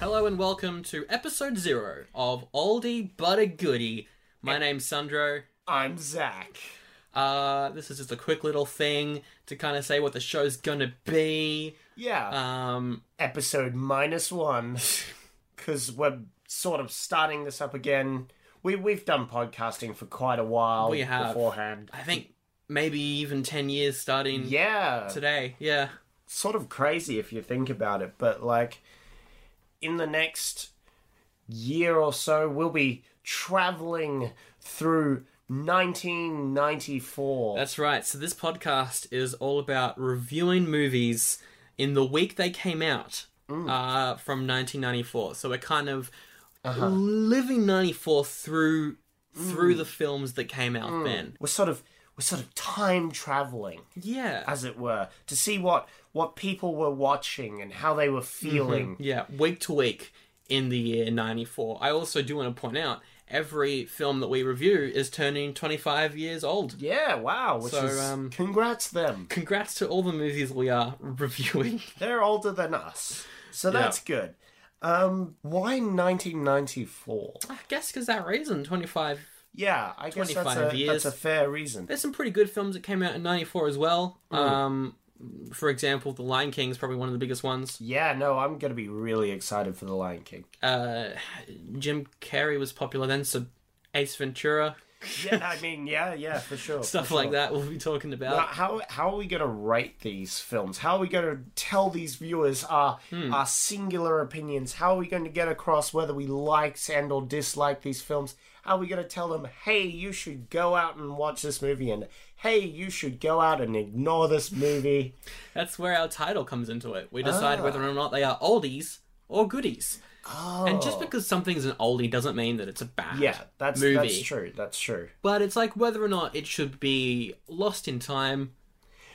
Hello and welcome to episode zero of Oldie But a Goodie. My name's Sandro. I'm Zach. Uh, this is just a quick little thing to kind of say what the show's gonna be. Yeah. Um, Episode minus one. Because we're sort of starting this up again. We, we've done podcasting for quite a while We have. Oh, beforehand. I think maybe even 10 years starting Yeah. today. Yeah. Sort of crazy if you think about it, but like in the next year or so, we'll be traveling through 1994. That's right. So this podcast is all about reviewing movies in the week they came out Mm. uh, from 1994. So we're kind of Uh-huh. living 94 through Mm. through the films that came out then. we're sort of we're sort of time traveling. Yeah. as it were, to see what what people were watching and how they were Mm-hmm. feeling. yeah, week to week in the year 94. I also do want to point out every film that we review is turning 25 years old. Yeah, wow. Which So, is um, congrats them. Congrats to all the movies we are reviewing. They're older than us, so Yeah. that's good. Um, why 1994? I guess because that reason, 25 Yeah, I guess that's 25 a, years. that's a fair reason. There's some pretty good films that came out in '94 as well. Hmm. Um, for example, The Lion King is probably one of the biggest ones. Yeah, no, I'm gonna be really excited for The Lion King. Uh, Jim Carrey was popular then, so Ace Ventura, Yeah, I mean, yeah, yeah, for sure. stuff for like sure. that. We'll be talking Now, about. Uh, how how are we going to rate these films? How are we going to tell these viewers our Hmm. our singular opinions? How are we going to get across whether we liked and or disliked these films? How are we going to tell them, hey, you should go out and watch this movie, and hey, you should go out and ignore this movie? That's where our title comes into it. We Ah. decide whether or not they are oldies or goodies. And just because something's an oldie doesn't mean that it's a bad Oh. yeah, that's movie. that's true. That's true. But it's like whether or not it should be lost in time,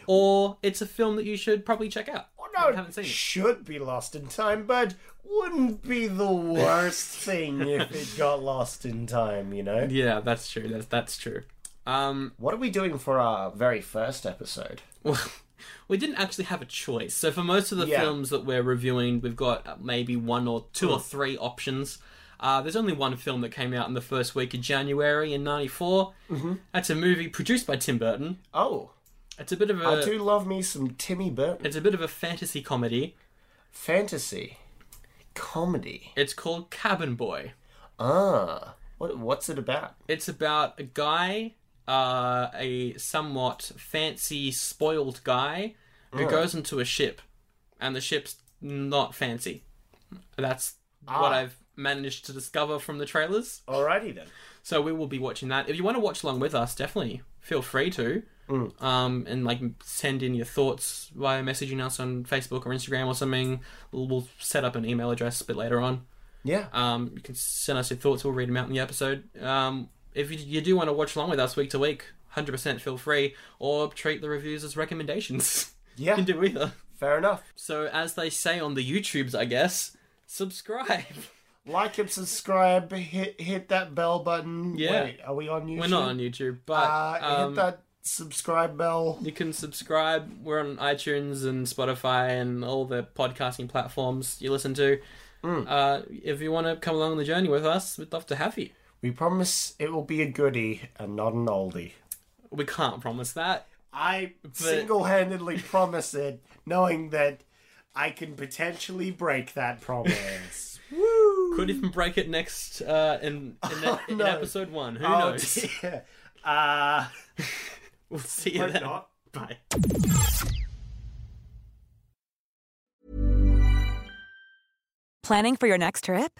or it's a film that you should probably check out. Oh, No, I haven't seen it. should be lost in time, but wouldn't be the worst thing if it got lost in time. You know. Yeah, that's true. That's that's true. Um, What are we doing for our very first episode? well, we didn't actually have a choice. So for most of the Yeah. films that we're reviewing, we've got uh, maybe one or two Mm. or three options. Uh, there's only one film that came out in the first week of January in '94. Mm-hmm. That's a movie produced by Tim Burton. Oh, It's a bit of I a do love me some Timmy Burton it's a bit of a fantasy comedy. fantasy comedy. It's called Cabin Boy. Ah, what what's it about? It's about a guy, uh, a somewhat fancy, spoiled guy, who goes into a ship, and the ship's not fancy. That's what I've managed to discover from the trailers. Alrighty then. So we will be watching that. If you want to watch along with us, definitely feel free to. Um, and like send in your thoughts via messaging us on Facebook or Instagram or something. We'll, we'll set up an email address a bit later on. Yeah. Um, you can send us your thoughts. We'll read them out in the episode. Um, if you, you do want to watch along with us week to week, 100% feel free, or treat the reviews as recommendations. Yeah. you can do either. Fair enough. So, as they say on the YouTubes, I guess, subscribe. Like and subscribe. Hit hit that bell button. Yeah. Wait, are we on YouTube? We're not on YouTube, but Uh, um, hit that subscribe bell. you can subscribe. We're on iTunes and Spotify and all the podcasting platforms you listen to. Mm. Uh, if you want to come along the journey with us, we'd love to have you. We promise it will be a goodie and not an oldie. We can't promise that. I single-handedly promise it, knowing that I can potentially break that promise. Could even break it next uh, in in, in Oh, no. episode one. Who Oh, knows? dear. Uh, We'll see you then. not. Bye. Planning for your next trip?